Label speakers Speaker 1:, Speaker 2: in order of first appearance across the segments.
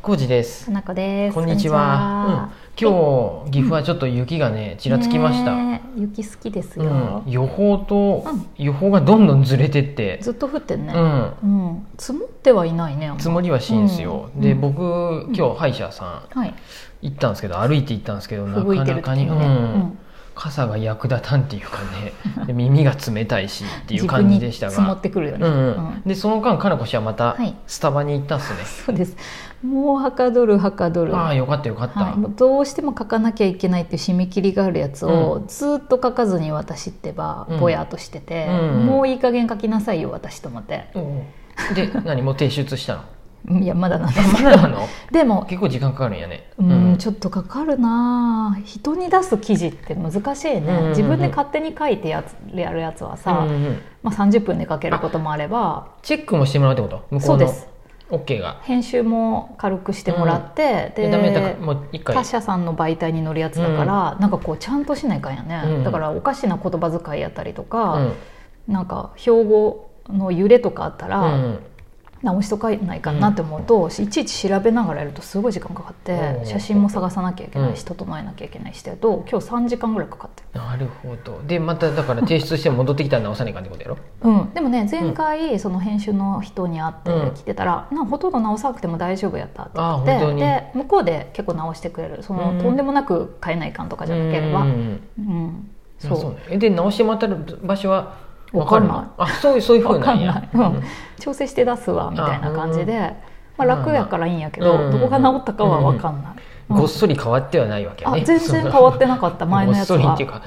Speaker 1: コージです。
Speaker 2: かなこです。
Speaker 1: こんにちは。うん、今日岐阜はちょっと雪がねちらつきました。
Speaker 2: ねえ雪好きです
Speaker 1: う
Speaker 2: よ
Speaker 1: ん、。予報と
Speaker 2: うん
Speaker 1: 予報がどんどんずれてって、
Speaker 2: ずっと降ってん
Speaker 1: う
Speaker 2: ね。
Speaker 1: ん、
Speaker 2: うん。積もってはいないね。あんま
Speaker 1: 積もりはしいんですよ。
Speaker 2: うん
Speaker 1: で、
Speaker 2: うん
Speaker 1: 僕今日歯医者さん
Speaker 2: はい。
Speaker 1: 行ったんですけど歩いて行ったんですけどな
Speaker 2: 吹雪
Speaker 1: か
Speaker 2: いて
Speaker 1: な
Speaker 2: る
Speaker 1: か
Speaker 2: 時
Speaker 1: に、
Speaker 2: にね。
Speaker 1: うん傘が役立たんっていうかね、で耳が冷たいしっていう感じでした
Speaker 2: 自分に積
Speaker 1: が
Speaker 2: もっ。てくるよ
Speaker 1: う
Speaker 2: ね。
Speaker 1: んう
Speaker 2: うん
Speaker 1: ん、でその間かなこ氏はまた
Speaker 2: はい
Speaker 1: スタバに行ったんですね、
Speaker 2: そうです。もうはかどるはかどる。
Speaker 1: ああ
Speaker 2: は
Speaker 1: よかったよかった、
Speaker 2: い、もうどうしても書かなきゃいけないっていう締め切りがあるやつをずっと書かずに私ってば
Speaker 1: うん
Speaker 2: ぼやっとしてて、
Speaker 1: うん
Speaker 2: もういい加減書きなさいよ私と思って
Speaker 1: おうで何もう提出したの
Speaker 2: いやまだなんで
Speaker 1: あ
Speaker 2: す
Speaker 1: ま
Speaker 2: け
Speaker 1: だな
Speaker 2: ど
Speaker 1: の
Speaker 2: でも
Speaker 1: 結構時間かかるんやね
Speaker 2: うん、ちょっとかかるなあ人に出す記事って難しいね、
Speaker 1: うんうんうん
Speaker 2: 自分で勝手に書いてやつやるやつはさ、
Speaker 1: うんうんうん
Speaker 2: まあ、30分で書けることもあれば
Speaker 1: チェックもしてもらうってこと向こ
Speaker 2: そううで
Speaker 1: の
Speaker 2: す
Speaker 1: OK が
Speaker 2: 編集も軽くしてもらって、
Speaker 1: でダメだったらもう一回
Speaker 2: 他社さんの媒体に乗るやつだから、なんかこうちゃんとしないかんやね、
Speaker 1: うん
Speaker 2: だからおかしな言葉遣いやったりと
Speaker 1: う
Speaker 2: か、
Speaker 1: ん
Speaker 2: なんか標語の揺れとかあったら、
Speaker 1: うん
Speaker 2: 直しとかないかなって思うと、いちいち調べながらやるとすごい時間かかって、
Speaker 1: うん
Speaker 2: 写真も探さなきゃいけない、
Speaker 1: うん
Speaker 2: し整えなきゃいけないしってやると今日3時間ぐらいかかって
Speaker 1: なるほどでまただから提出して戻ってきたら直さないかんってことやろ
Speaker 2: る、うん、でもね前回その編集の人に会
Speaker 1: う
Speaker 2: っ
Speaker 1: ん
Speaker 2: て来てたら、なほとんど直さなくても大丈夫やったって
Speaker 1: あ
Speaker 2: 言
Speaker 1: 本当
Speaker 2: って
Speaker 1: に
Speaker 2: で向こうで結構直してくれるその、
Speaker 1: うん
Speaker 2: とんでもなく変えないかんとかじゃなければ、
Speaker 1: う
Speaker 2: うん
Speaker 1: うん
Speaker 2: ん
Speaker 1: うん
Speaker 2: そ
Speaker 1: あそう
Speaker 2: う
Speaker 1: ねえで直してもらった場所はわ
Speaker 2: わか
Speaker 1: か
Speaker 2: ん
Speaker 1: る
Speaker 2: ない
Speaker 1: のあそういうそういうふう
Speaker 2: 分か
Speaker 1: なんん
Speaker 2: ない
Speaker 1: や、
Speaker 2: うん調整して出すわみたいな感じで、まあ、楽やからいいんやけど、
Speaker 1: うん
Speaker 2: どこが治ったかは分かんない。うん
Speaker 1: ごっそり変わってはないわけや
Speaker 2: あ
Speaker 1: ね
Speaker 2: 全然変わってなかった
Speaker 1: た
Speaker 2: 前のやつ
Speaker 1: ごっそり
Speaker 2: は
Speaker 1: っていうか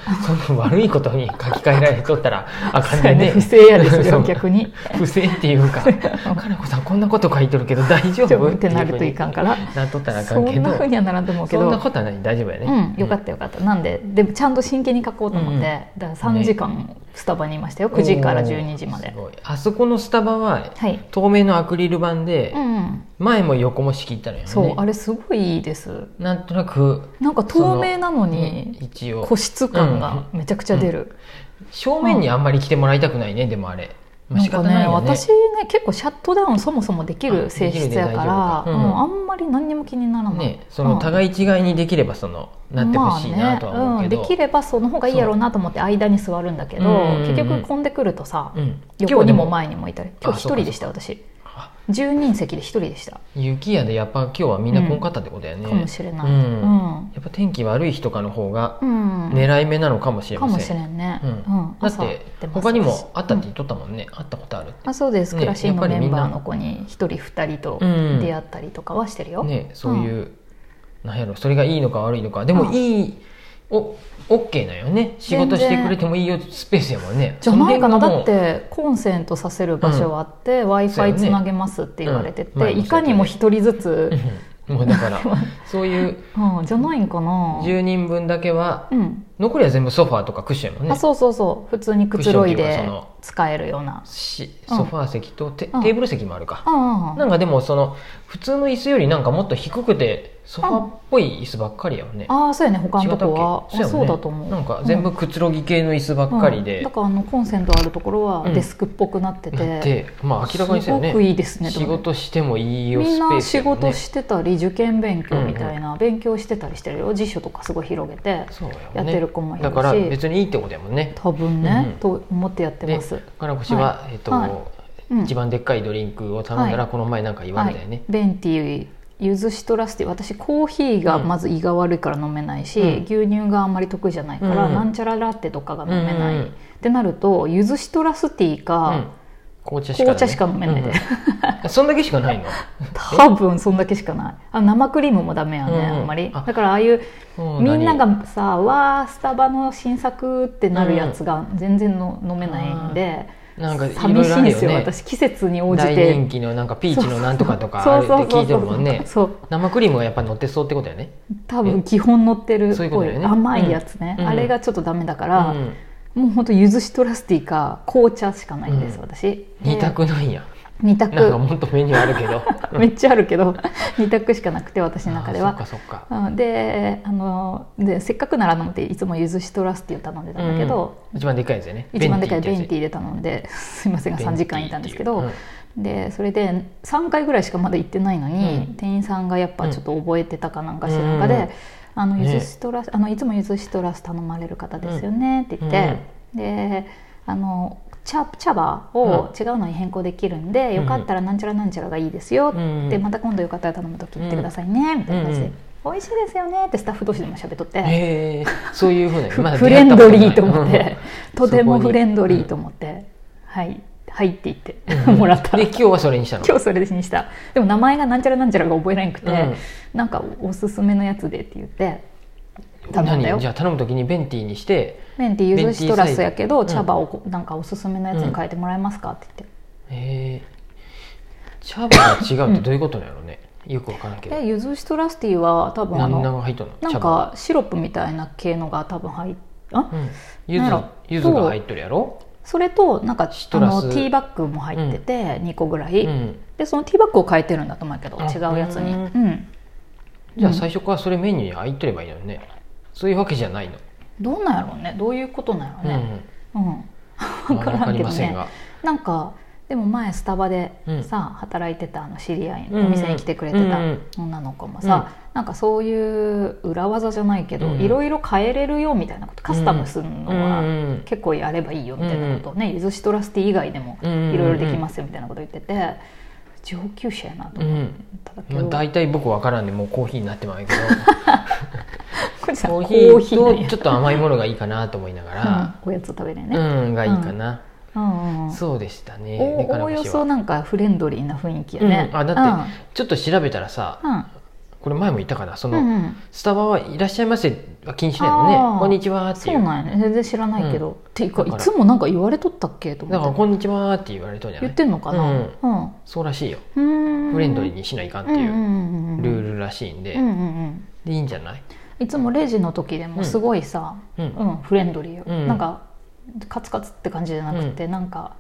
Speaker 1: その悪いことに書き換えられとったらあかん
Speaker 2: そう
Speaker 1: ね
Speaker 2: や
Speaker 1: ん
Speaker 2: ね
Speaker 1: ね
Speaker 2: 不正やです
Speaker 1: そ
Speaker 2: よ
Speaker 1: う
Speaker 2: 逆に
Speaker 1: 不正っていう かかなこさんこんなこと書いてるけど大丈
Speaker 2: 丈夫
Speaker 1: 夫
Speaker 2: ってなるといかんから
Speaker 1: なっとったらあか
Speaker 2: そ
Speaker 1: んけ
Speaker 2: ん
Speaker 1: ど
Speaker 2: なふうにはならんと思うけ
Speaker 1: そんな
Speaker 2: ど
Speaker 1: ことはない大丈夫やね
Speaker 2: うんよかったよかったなんででもちゃんと真剣に書こうと思
Speaker 1: う
Speaker 2: って、
Speaker 1: ん
Speaker 2: だから3時間スタバにいましたよ9時から12時ま
Speaker 1: おー
Speaker 2: です
Speaker 1: ごいあそこのスタバは
Speaker 2: はい
Speaker 1: 透明のアクリル板で
Speaker 2: うんうん
Speaker 1: 前も横も仕切ったのよね
Speaker 2: そうあれすごいいいです
Speaker 1: なんとなく
Speaker 2: なんか透明なの
Speaker 1: ね
Speaker 2: に
Speaker 1: 一応
Speaker 2: 個室感がめちゃくちゃ出る、
Speaker 1: 正面にあんまり来てもらいたくないねでもあれまあ
Speaker 2: なん
Speaker 1: 仕
Speaker 2: か
Speaker 1: 方
Speaker 2: ね
Speaker 1: ないよね
Speaker 2: 私ね結構シャットダウンそもそもでき
Speaker 1: あ
Speaker 2: る性質や
Speaker 1: できるで
Speaker 2: から
Speaker 1: 大丈夫かうん
Speaker 2: もうあんまり何にも気にならない、
Speaker 1: ねその
Speaker 2: うん
Speaker 1: 互い違いにできればそのなってほしいなとは思うけど
Speaker 2: まあねうん、できればその方がいいやろうなと思って間に座るんだけど、
Speaker 1: うん
Speaker 2: 結局混んでくるとさ、
Speaker 1: うん
Speaker 2: 横にも前にもいたり今日一
Speaker 1: あそうか
Speaker 2: 人でしたよ私
Speaker 1: あ
Speaker 2: 10人席で一人でした、
Speaker 1: 雪やでやっぱ今日はみんな来んかったってことやね、
Speaker 2: かもしれない、
Speaker 1: う
Speaker 2: うんん
Speaker 1: やっぱ天気悪い日とかの方が
Speaker 2: うん
Speaker 1: 狙い目なのかもしれ
Speaker 2: か
Speaker 1: ま
Speaker 2: も
Speaker 1: せ
Speaker 2: し
Speaker 1: ん、
Speaker 2: れんね、
Speaker 1: うんだっ
Speaker 2: 朝
Speaker 1: て
Speaker 2: 出ます
Speaker 1: 他にもあったって言
Speaker 2: う
Speaker 1: っ
Speaker 2: ん
Speaker 1: とったもんね、あったことあるって
Speaker 2: あそうです、
Speaker 1: ね
Speaker 2: クラシー
Speaker 1: やっ
Speaker 2: の
Speaker 1: ぱり
Speaker 2: メ
Speaker 1: み
Speaker 2: ン
Speaker 1: んな
Speaker 2: バーの子に一人二人と
Speaker 1: うん
Speaker 2: 出会ったりとかはしてるよ、
Speaker 1: ねそういう、なんやろそれがいいのか悪いのかでもいい、おオッケーなんよね仕事してくれてもいいよスペースやもんね
Speaker 2: じゃないかな
Speaker 1: その辺がも
Speaker 2: だ
Speaker 1: う
Speaker 2: ってコンセントさせる場所あって、w i f
Speaker 1: そう
Speaker 2: i
Speaker 1: やね
Speaker 2: つなげますって言われてて、
Speaker 1: うん前もそうやっ
Speaker 2: い
Speaker 1: た
Speaker 2: か
Speaker 1: ね
Speaker 2: にも一人ずつ、
Speaker 1: うんもうだ からそういう
Speaker 2: うん、じゃないんかな
Speaker 1: 10人分だけは
Speaker 2: うん、
Speaker 1: 残りは全部ソファーとかクッションやもん
Speaker 2: あ
Speaker 1: ね
Speaker 2: そうそうそう普通にくつろい
Speaker 1: クッションっていうか
Speaker 2: で
Speaker 1: その
Speaker 2: 使えるような
Speaker 1: し
Speaker 2: うん
Speaker 1: ソファー席とテ,、
Speaker 2: うん
Speaker 1: テーブル席もあるか、
Speaker 2: うんうんうん
Speaker 1: なんかでもその普通の椅子よりなんかもっと低くてソファーっぽい椅子ばっかりやよね。
Speaker 2: ああそうやね他
Speaker 1: 違
Speaker 2: の
Speaker 1: ったっけ
Speaker 2: とこはそう,、
Speaker 1: やね
Speaker 2: そうだと思う
Speaker 1: なんか全部くつろぎ系の椅子ばっかりで、
Speaker 2: うんだからあのコンセントあるところは
Speaker 1: うん
Speaker 2: デスクっぽくなってて、
Speaker 1: なってまあ明らかにです
Speaker 2: す
Speaker 1: よ
Speaker 2: ご
Speaker 1: ね
Speaker 2: くいいですね
Speaker 1: 仕事してもいい
Speaker 2: で
Speaker 1: よ
Speaker 2: もねみ
Speaker 1: ス
Speaker 2: ん
Speaker 1: ペ
Speaker 2: な
Speaker 1: ース
Speaker 2: 仕
Speaker 1: やもんね
Speaker 2: 事してたり受験勉強みたいな、勉強してたりしてるよ辞書とかすごい広げて
Speaker 1: そうよね
Speaker 2: やってる子もいるし
Speaker 1: だから別にいいってことやもんね
Speaker 2: 多分ね、
Speaker 1: うん
Speaker 2: と思ってやってま、
Speaker 1: です金子氏は、えっと
Speaker 2: はいうん
Speaker 1: 一番でっかいドリンクを頼んだら
Speaker 2: は
Speaker 1: この前なんか言われたよね、
Speaker 2: ベンティーゆずしとらすって私コーヒーがまず胃が悪いから飲めないし、
Speaker 1: うん
Speaker 2: 牛乳があんまり得意じゃないから、
Speaker 1: うん
Speaker 2: なんちゃらラテとかが飲めない、
Speaker 1: うんうん
Speaker 2: ってなるとゆずしとらすティー
Speaker 1: うん
Speaker 2: か、
Speaker 1: 紅茶しか,、
Speaker 2: 紅茶しか飲めない、
Speaker 1: うんうんそんだけしか ないの
Speaker 2: 多分そんだけしかないあ生クリームもダメやね、
Speaker 1: うんうん
Speaker 2: あんまり
Speaker 1: あ
Speaker 2: だからああいう
Speaker 1: そう
Speaker 2: み
Speaker 1: 何
Speaker 2: んながさ「わースタバの新作」ってなるやつが全然の、飲めないんで
Speaker 1: なんかいろ
Speaker 2: 寂
Speaker 1: い
Speaker 2: し
Speaker 1: ろ
Speaker 2: い
Speaker 1: ある
Speaker 2: んで
Speaker 1: よ
Speaker 2: すよ
Speaker 1: ね
Speaker 2: 私季節に応じ
Speaker 1: 大
Speaker 2: て
Speaker 1: 人気のなんかピーチのなんとかとか
Speaker 2: そ
Speaker 1: あ
Speaker 2: う
Speaker 1: るって
Speaker 2: そ
Speaker 1: 聞
Speaker 2: う
Speaker 1: い
Speaker 2: そ
Speaker 1: と
Speaker 2: う
Speaker 1: るもんね
Speaker 2: そう
Speaker 1: 生クリームがやっぱ乗ってそうってことやね
Speaker 2: 多分基本乗ってるっぽい
Speaker 1: そういうことだよね
Speaker 2: 甘いやつね、
Speaker 1: うん
Speaker 2: あれがちょっとダメだか
Speaker 1: う
Speaker 2: ら、
Speaker 1: ん
Speaker 2: もうほんとゆずしトラスティか紅茶しかないんです、
Speaker 1: うん
Speaker 2: 私
Speaker 1: 二択なんや
Speaker 2: で二択
Speaker 1: なんかもっとメニューあるけ ど
Speaker 2: めっちゃあるけど二択しかなくて私の中で
Speaker 1: あ
Speaker 2: は
Speaker 1: ーそっかそっか
Speaker 2: うんであのでせっかくならと思っていつもゆずしトラスティを頼んでたんだけど、
Speaker 1: うん一番でかいやつやね
Speaker 2: 一番でかい
Speaker 1: っ
Speaker 2: ベ
Speaker 1: て
Speaker 2: ン
Speaker 1: やつ
Speaker 2: ティーで頼んですいませんが3時間いたんですけど、
Speaker 1: うん
Speaker 2: でそれで3回ぐらいしかまだ行ってないのに、
Speaker 1: うん
Speaker 2: 店員さんがやっぱちょっと覚えてたかなんかしらんかで、
Speaker 1: うん
Speaker 2: あのゆ
Speaker 1: ね
Speaker 2: ずしとらあのいつもゆずしとらす頼まれる方ですよねって言って、であの茶茶葉を違うのに変更できるんで、
Speaker 1: うん
Speaker 2: よかったらなんちゃらなんちゃらがいいですよって、
Speaker 1: うん
Speaker 2: また今度よかったら頼む時言ってくださいねみたいな感じで、美味しいですよねってスタッフ同士でも喋っとって。
Speaker 1: へえそういうふうな
Speaker 2: ふ
Speaker 1: まだ
Speaker 2: フ
Speaker 1: 出会
Speaker 2: レ
Speaker 1: っ
Speaker 2: ン
Speaker 1: たこ
Speaker 2: ド
Speaker 1: ない
Speaker 2: リーと思って、とて
Speaker 1: そこ
Speaker 2: も
Speaker 1: に
Speaker 2: フレンドリーと思って、はい入っていって
Speaker 1: うん
Speaker 2: もらった
Speaker 1: で今日はそれにしたの
Speaker 2: 今日それにしたでも名前がなんちゃらなんちゃらが覚えられなくて、
Speaker 1: うん
Speaker 2: なんかおすすめのやつでって言って頼んだ
Speaker 1: 何
Speaker 2: よ
Speaker 1: じゃあ頼む時にベンティーにして
Speaker 2: メンティゆずしトラスやけ
Speaker 1: ベ
Speaker 2: ど
Speaker 1: ンティーサイズ
Speaker 2: 茶葉をこうなんかおすすめのやつに変えてもらえますかって言って
Speaker 1: へえ茶葉が違うってどういうことなんやろうね、よくわからんけど
Speaker 2: でゆずしトラスティは多分あ
Speaker 1: 何何
Speaker 2: の
Speaker 1: が入っとんの
Speaker 2: なん
Speaker 1: 茶葉
Speaker 2: かシロップみたいな系のが多分入っあ
Speaker 1: うんゆず
Speaker 2: なんやろ
Speaker 1: ゆずが入っとるやろ
Speaker 2: それとなんか
Speaker 1: シ
Speaker 2: あ
Speaker 1: トラス
Speaker 2: のティーバッグも入ってて2個ぐらい、
Speaker 1: うん
Speaker 2: でそのティーバッグを変えてるんだと思うけど
Speaker 1: あ
Speaker 2: 違うやつに
Speaker 1: う
Speaker 2: うんん、
Speaker 1: じゃあ最初からそれメニューに入っとればいいのにねそういうわけじゃないの、
Speaker 2: どうなんやろうねどういうことなんやろうね、
Speaker 1: うんま
Speaker 2: うん、分
Speaker 1: あ
Speaker 2: から
Speaker 1: わ
Speaker 2: ん
Speaker 1: り
Speaker 2: けど
Speaker 1: ません
Speaker 2: ね
Speaker 1: が、
Speaker 2: なんかでも前スタバで
Speaker 1: うん
Speaker 2: さ、働いてたあの知り合い
Speaker 1: うんうん
Speaker 2: のお店に来てくれてた
Speaker 1: うんうん
Speaker 2: 女の子もさ、なんかそういう裏技じゃないけど
Speaker 1: うん
Speaker 2: いろいろ変えれるよみたいなことカスタムするの
Speaker 1: うん
Speaker 2: は
Speaker 1: うん
Speaker 2: 結構やればいいよみたいなことをねゆずしトラスティ以外でもいろいろできますよみたいなこと言ってて上級者やなと
Speaker 1: う
Speaker 2: 思っ
Speaker 1: ん
Speaker 2: たけ
Speaker 1: まあ、
Speaker 2: ど、
Speaker 1: 大体僕わからんでもうコーヒーになってまうけ ど
Speaker 2: これさ
Speaker 1: コ
Speaker 2: コ
Speaker 1: ー
Speaker 2: ー
Speaker 1: ヒ
Speaker 2: ヒ
Speaker 1: ー
Speaker 2: ーなん
Speaker 1: と
Speaker 2: や
Speaker 1: ちょっと甘いものがいいかなと思いながら、
Speaker 2: うん、おやつ食べれ
Speaker 1: う
Speaker 2: ね、
Speaker 1: ん、がいいかな、
Speaker 2: うんうんうん
Speaker 1: そうでしたね
Speaker 2: お
Speaker 1: 宝
Speaker 2: おおよ
Speaker 1: 橋
Speaker 2: そ
Speaker 1: は
Speaker 2: なんかフレンドリーな雰囲気やね、
Speaker 1: うんあだってちょっと調べたらさ
Speaker 2: うん、
Speaker 1: これ前も言ったかなそ
Speaker 2: うん
Speaker 1: の、
Speaker 2: うんうん
Speaker 1: スタバはいらっしゃいませは禁止なの
Speaker 2: あ
Speaker 1: ね
Speaker 2: ー
Speaker 1: こんにちはって
Speaker 2: そ
Speaker 1: いうう
Speaker 2: なんやね全然知らないけど、っていうか
Speaker 1: だから
Speaker 2: いつもなんか言われとったっけと
Speaker 1: だから
Speaker 2: 思って
Speaker 1: こんにちはって言われとんじゃな
Speaker 2: 言っ
Speaker 1: い
Speaker 2: てんのかな
Speaker 1: う
Speaker 2: うんん、
Speaker 1: そうらしいよ
Speaker 2: うーん
Speaker 1: フレンドリーにしないかんって
Speaker 2: うん
Speaker 1: い
Speaker 2: うん
Speaker 1: う
Speaker 2: うんうん
Speaker 1: ルールらしいんで、
Speaker 2: うんうんうん
Speaker 1: でいいんじゃない
Speaker 2: いつもレジの時でもすごいさ、
Speaker 1: うん
Speaker 2: うんフレンドリーよ、
Speaker 1: うん
Speaker 2: なんかカツカツって感じじゃなくて、なんか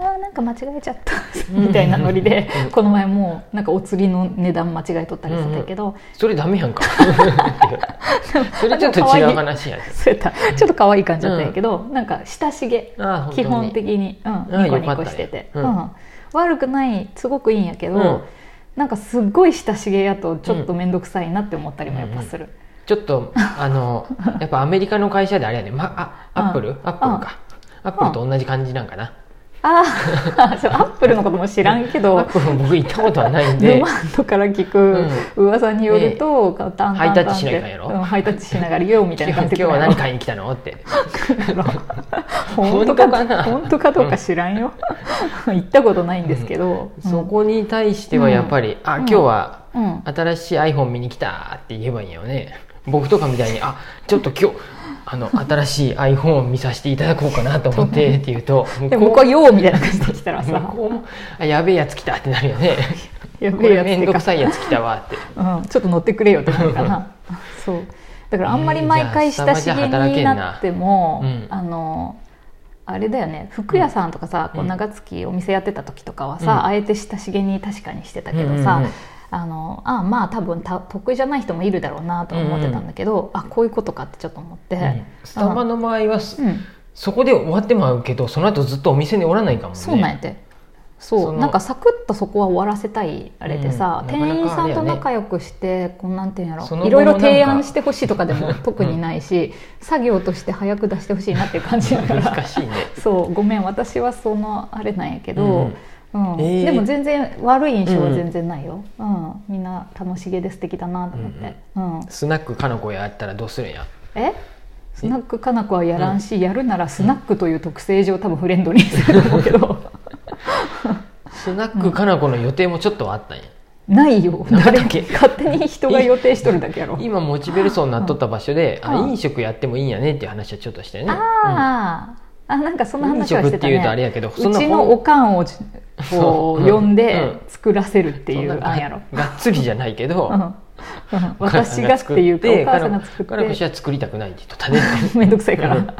Speaker 2: あーなんか間違えちゃった
Speaker 1: うん
Speaker 2: みたいなノリで、
Speaker 1: うん
Speaker 2: この前もうなんかお釣りの値段間違えとったりしてたけど、
Speaker 1: それダメやん かそれちょっと違う話やで
Speaker 2: そうやったちょっと可愛い感じだったんやけど、なんか親しげ
Speaker 1: あー本当
Speaker 2: 基
Speaker 1: に
Speaker 2: 本的に、うん、
Speaker 1: あ
Speaker 2: ニコニ
Speaker 1: よか
Speaker 2: コ
Speaker 1: った
Speaker 2: してて、
Speaker 1: う
Speaker 2: うんん悪くないすごくいいんやけど、
Speaker 1: うん
Speaker 2: なんかすっごい親しげやとちょっと面倒くさいなって思ったりもやっぱする、
Speaker 1: ちょっとあのやっぱアメリカの会社であれやね、ま、あアップルアップルかアップルと同じ感じなんかな
Speaker 2: ああ そうアップルのことも知らんけ
Speaker 1: ア
Speaker 2: ど
Speaker 1: ップルも僕行ったことはないん
Speaker 2: ル
Speaker 1: で
Speaker 2: マンドから聞く噂によると、タンタンタン
Speaker 1: ハイタッチしないかんやろ
Speaker 2: うんハイタッチしながら「よ」みたいな
Speaker 1: 今
Speaker 2: 感じ
Speaker 1: 日
Speaker 2: で
Speaker 1: は何買いに来たのって
Speaker 2: 本当
Speaker 1: 本当
Speaker 2: か
Speaker 1: かな
Speaker 2: 本当かどうか知らん よ行ったことないんですけど、うん
Speaker 1: そこに対してはやっぱり、あ
Speaker 2: うん
Speaker 1: 今日は
Speaker 2: うん
Speaker 1: 新しい iPhone 見に来たって言えばいいんよね僕とかみたいにあちょっと今日あの新しい iPhone を見させていただこうかなと思ってって言うと向
Speaker 2: で
Speaker 1: こ
Speaker 2: も
Speaker 1: う
Speaker 2: 僕は「よ」みたいな感じで来 たら
Speaker 1: 向
Speaker 2: さ
Speaker 1: こうもあやべえやつ来たってなるよ ね
Speaker 2: や
Speaker 1: こ
Speaker 2: べえ
Speaker 1: れ
Speaker 2: やつ
Speaker 1: 面
Speaker 2: って
Speaker 1: 倒
Speaker 2: か
Speaker 1: くさいやつ来たわって
Speaker 2: うん、ちょっと乗ってくれよってなるか なそうだからあんまり毎
Speaker 1: え
Speaker 2: 回
Speaker 1: ーじゃあ
Speaker 2: 親しげになっても、
Speaker 1: うん
Speaker 2: あのあれだよね服屋さんとかさ、
Speaker 1: うん
Speaker 2: こう長月お店やってた時とかはさ、
Speaker 1: うん
Speaker 2: あえて親しげに確かにしてたけど
Speaker 1: う
Speaker 2: さ、
Speaker 1: んうんうん
Speaker 2: あのあまあ多分た得意じゃない人もいるだろうなとは思ってたんだけど、あこういうことかってちょっと思って、
Speaker 1: うんスタバの場合はす
Speaker 2: うんうん
Speaker 1: そこで終わってもらうけどその後ずっとお店におらないかもね
Speaker 2: そうなんやて、そう
Speaker 1: その
Speaker 2: なんかサクッとそこは終わらせたいあれでさ、
Speaker 1: うんなかなか
Speaker 2: 店員さ
Speaker 1: あれ
Speaker 2: ん
Speaker 1: や
Speaker 2: と
Speaker 1: ね
Speaker 2: 仲良くしてこうなんていうんやろ
Speaker 1: その後
Speaker 2: いろいろ
Speaker 1: なんか
Speaker 2: 提案してほしいとかでも特にな いし、作業として早く出してほしいなっていう感じだから
Speaker 1: 難しいね
Speaker 2: そうごめん私はそのあれなんやけど、
Speaker 1: う
Speaker 2: うんん
Speaker 1: えー
Speaker 2: でも全然悪い印象は全然ないよ、うんみんな楽しげで素敵だなと思って、うん
Speaker 1: スナックかの子やったらどうするんや
Speaker 2: えスナックかな子はやらんし、やるならスナックという特性上多分フレンドリーにすると思うけど。
Speaker 1: スナックかな子の予定もちょっとはあったんや
Speaker 2: ないよ
Speaker 1: なんだっ
Speaker 2: 誰
Speaker 1: け
Speaker 2: け勝手に人が予定しとるだけやろ
Speaker 1: 今モチベルソンになっとった場所で、
Speaker 2: うん
Speaker 1: あ
Speaker 2: うん
Speaker 1: 飲食やってもいいんやねっていう話はちょっとしてね
Speaker 2: あー、あなんかそんな話は
Speaker 1: 飲
Speaker 2: してた
Speaker 1: 食って
Speaker 2: ね
Speaker 1: いうとあれやけどそん
Speaker 2: う
Speaker 1: な
Speaker 2: ちのおかんをこ
Speaker 1: そう
Speaker 2: う呼ん
Speaker 1: う
Speaker 2: で
Speaker 1: ん
Speaker 2: 作らせるっていう
Speaker 1: そんな
Speaker 2: あんやろ、
Speaker 1: ががっつりじゃないけど、
Speaker 2: うんうん、私がって いうかお母さんが作
Speaker 1: 彼女
Speaker 2: っ
Speaker 1: 氏
Speaker 2: て
Speaker 1: は作りたくないって言っと ったね
Speaker 2: めんどくさいか
Speaker 1: う
Speaker 2: ら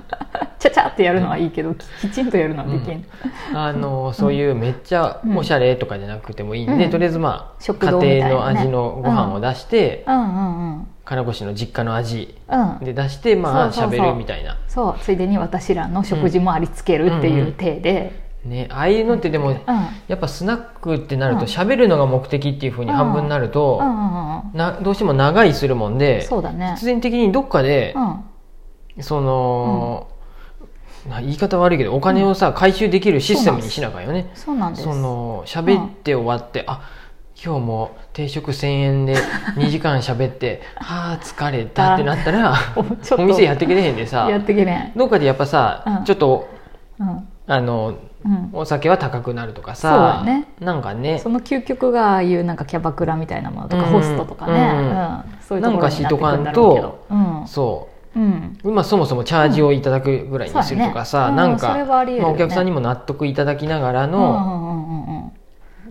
Speaker 2: ちゃちゃってやるのはいいけどききちんとやるのはできん、
Speaker 1: うんあのそういうめっちゃおしゃれとかじゃなくてもいいんで、
Speaker 2: うん
Speaker 1: とりあえずまあ
Speaker 2: 食堂みた
Speaker 1: 家
Speaker 2: いなね
Speaker 1: 庭の味のご飯を出して、
Speaker 2: うんうんうん
Speaker 1: 金子氏の実家の味
Speaker 2: うん
Speaker 1: で出してまあ
Speaker 2: そう
Speaker 1: 喋
Speaker 2: そうそう
Speaker 1: るみたいな
Speaker 2: そうついでに私らの食事もありつけるっていう体で、
Speaker 1: ねああいうのってでも、
Speaker 2: う
Speaker 1: やっぱスナックってなる
Speaker 2: うん
Speaker 1: と喋るのが目的っていうふうに半分になると、
Speaker 2: ん、うんうんうん
Speaker 1: などうしても長居するもんで
Speaker 2: そうだね
Speaker 1: 必然的にどっかで
Speaker 2: う、ん
Speaker 1: その、な言い方悪いけどお金をさ、回収できるシステムにしなあかんよね
Speaker 2: そうなんです
Speaker 1: その喋って終わって、あ今日も定食1000円 で2時間喋ってあー疲れたってなったら
Speaker 2: おちょっと
Speaker 1: お店やってけれへんでさ
Speaker 2: やってけね
Speaker 1: どっかでやっぱさ、
Speaker 2: うん
Speaker 1: ちょっと
Speaker 2: うん
Speaker 1: あの
Speaker 2: うん
Speaker 1: お酒は高くなるとか
Speaker 2: そう
Speaker 1: さ
Speaker 2: だ、ね
Speaker 1: なんかね
Speaker 2: その究極がああいうなんかキャバクラみたいなものとか、
Speaker 1: うん
Speaker 2: ホストとかね、
Speaker 1: うん
Speaker 2: うんそういうところになってくるんだろうけど
Speaker 1: そ
Speaker 2: うん、うん、
Speaker 1: う、まあ、そもそもチャージをいただくぐらいにするとかさ、
Speaker 2: そうだ
Speaker 1: な
Speaker 2: ねうん
Speaker 1: んか、
Speaker 2: それはありえる
Speaker 1: ま
Speaker 2: よ
Speaker 1: あ、
Speaker 2: ね
Speaker 1: お客さんにも納得いただきながらの
Speaker 2: うんうんうんうん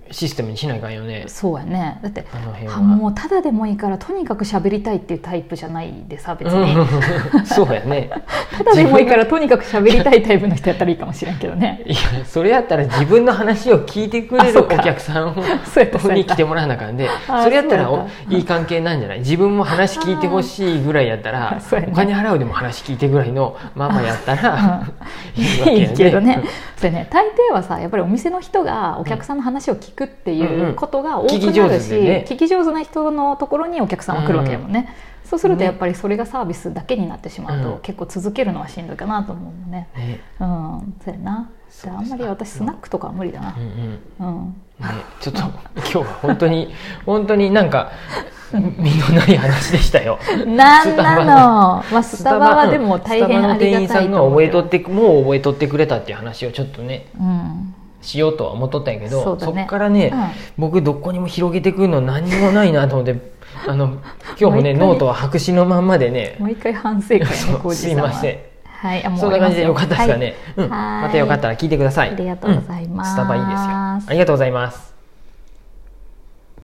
Speaker 1: システムにしないかんよね
Speaker 2: うん、そうやねだって
Speaker 1: あの辺
Speaker 2: あ
Speaker 1: は。
Speaker 2: もうただでもいいからとにかく喋りたいっていうタイプじゃないでさ別に、
Speaker 1: うんそうやね
Speaker 2: ただでもいいからとにかく喋りたいタイプの人やったらいいかもしれんけどね
Speaker 1: いやそれやったら自分の話を聞いてくれ
Speaker 2: あ
Speaker 1: る
Speaker 2: そ
Speaker 1: お
Speaker 2: うか
Speaker 1: 客さんを
Speaker 2: そうやったそうや
Speaker 1: に
Speaker 2: った
Speaker 1: 来てもらわなあかんで
Speaker 2: あ
Speaker 1: それやったら
Speaker 2: そうや
Speaker 1: お
Speaker 2: った
Speaker 1: いい関係なんじゃない自分も話聞いてほしいぐらいやった
Speaker 2: あ
Speaker 1: ら
Speaker 2: そうやね
Speaker 1: お金払うでも話聞いてぐらいのママやった
Speaker 2: あ
Speaker 1: らいいわ
Speaker 2: いいけど
Speaker 1: や
Speaker 2: ねそうやね大抵はさやっぱりお店の人がお客さんの話を聞くっていうことが多く
Speaker 1: うんうん聞き上
Speaker 2: な
Speaker 1: 手
Speaker 2: るし、
Speaker 1: でね
Speaker 2: 聞き上手な人のところにお客さんは来るわけだもんね、そうするとやっぱりそれがサービスだけになってしまうと、
Speaker 1: うん
Speaker 2: 結構続けるのはしんどいかなと思うのね
Speaker 1: ね
Speaker 2: うんそうやな
Speaker 1: そう
Speaker 2: あんまり私スナックとかは無理だな
Speaker 1: うんうん
Speaker 2: うん
Speaker 1: ね、ちょっと今日は本当に本当になんか身のない話でしたよ。
Speaker 2: なんなの、まあ、スタバはでも大変
Speaker 1: ス
Speaker 2: ありが
Speaker 1: タバの店員さ
Speaker 2: たい
Speaker 1: んが
Speaker 2: と思う
Speaker 1: 覚え
Speaker 2: よ
Speaker 1: とってもう覚えとってくれたっていう話をちょっとね
Speaker 2: うん
Speaker 1: しようとは思っとったんやけど
Speaker 2: そ
Speaker 1: そ,、
Speaker 2: うだ
Speaker 1: こ
Speaker 2: ね
Speaker 1: っからね、僕どこにも広げてくるの何にもないなと思ってあの今日もね
Speaker 2: もう一回
Speaker 1: ノートは白紙のまんまでね
Speaker 2: うん、もう一回反省会ね
Speaker 1: そう
Speaker 2: 浩二
Speaker 1: す
Speaker 2: さ
Speaker 1: い
Speaker 2: んは
Speaker 1: ません
Speaker 2: はいあもう
Speaker 1: そんな感じでよかったですかね、
Speaker 2: はい
Speaker 1: うん、
Speaker 2: はい
Speaker 1: またよかったら聞いてください
Speaker 2: ありがとうございます
Speaker 1: んスタバいいですよありがとうございます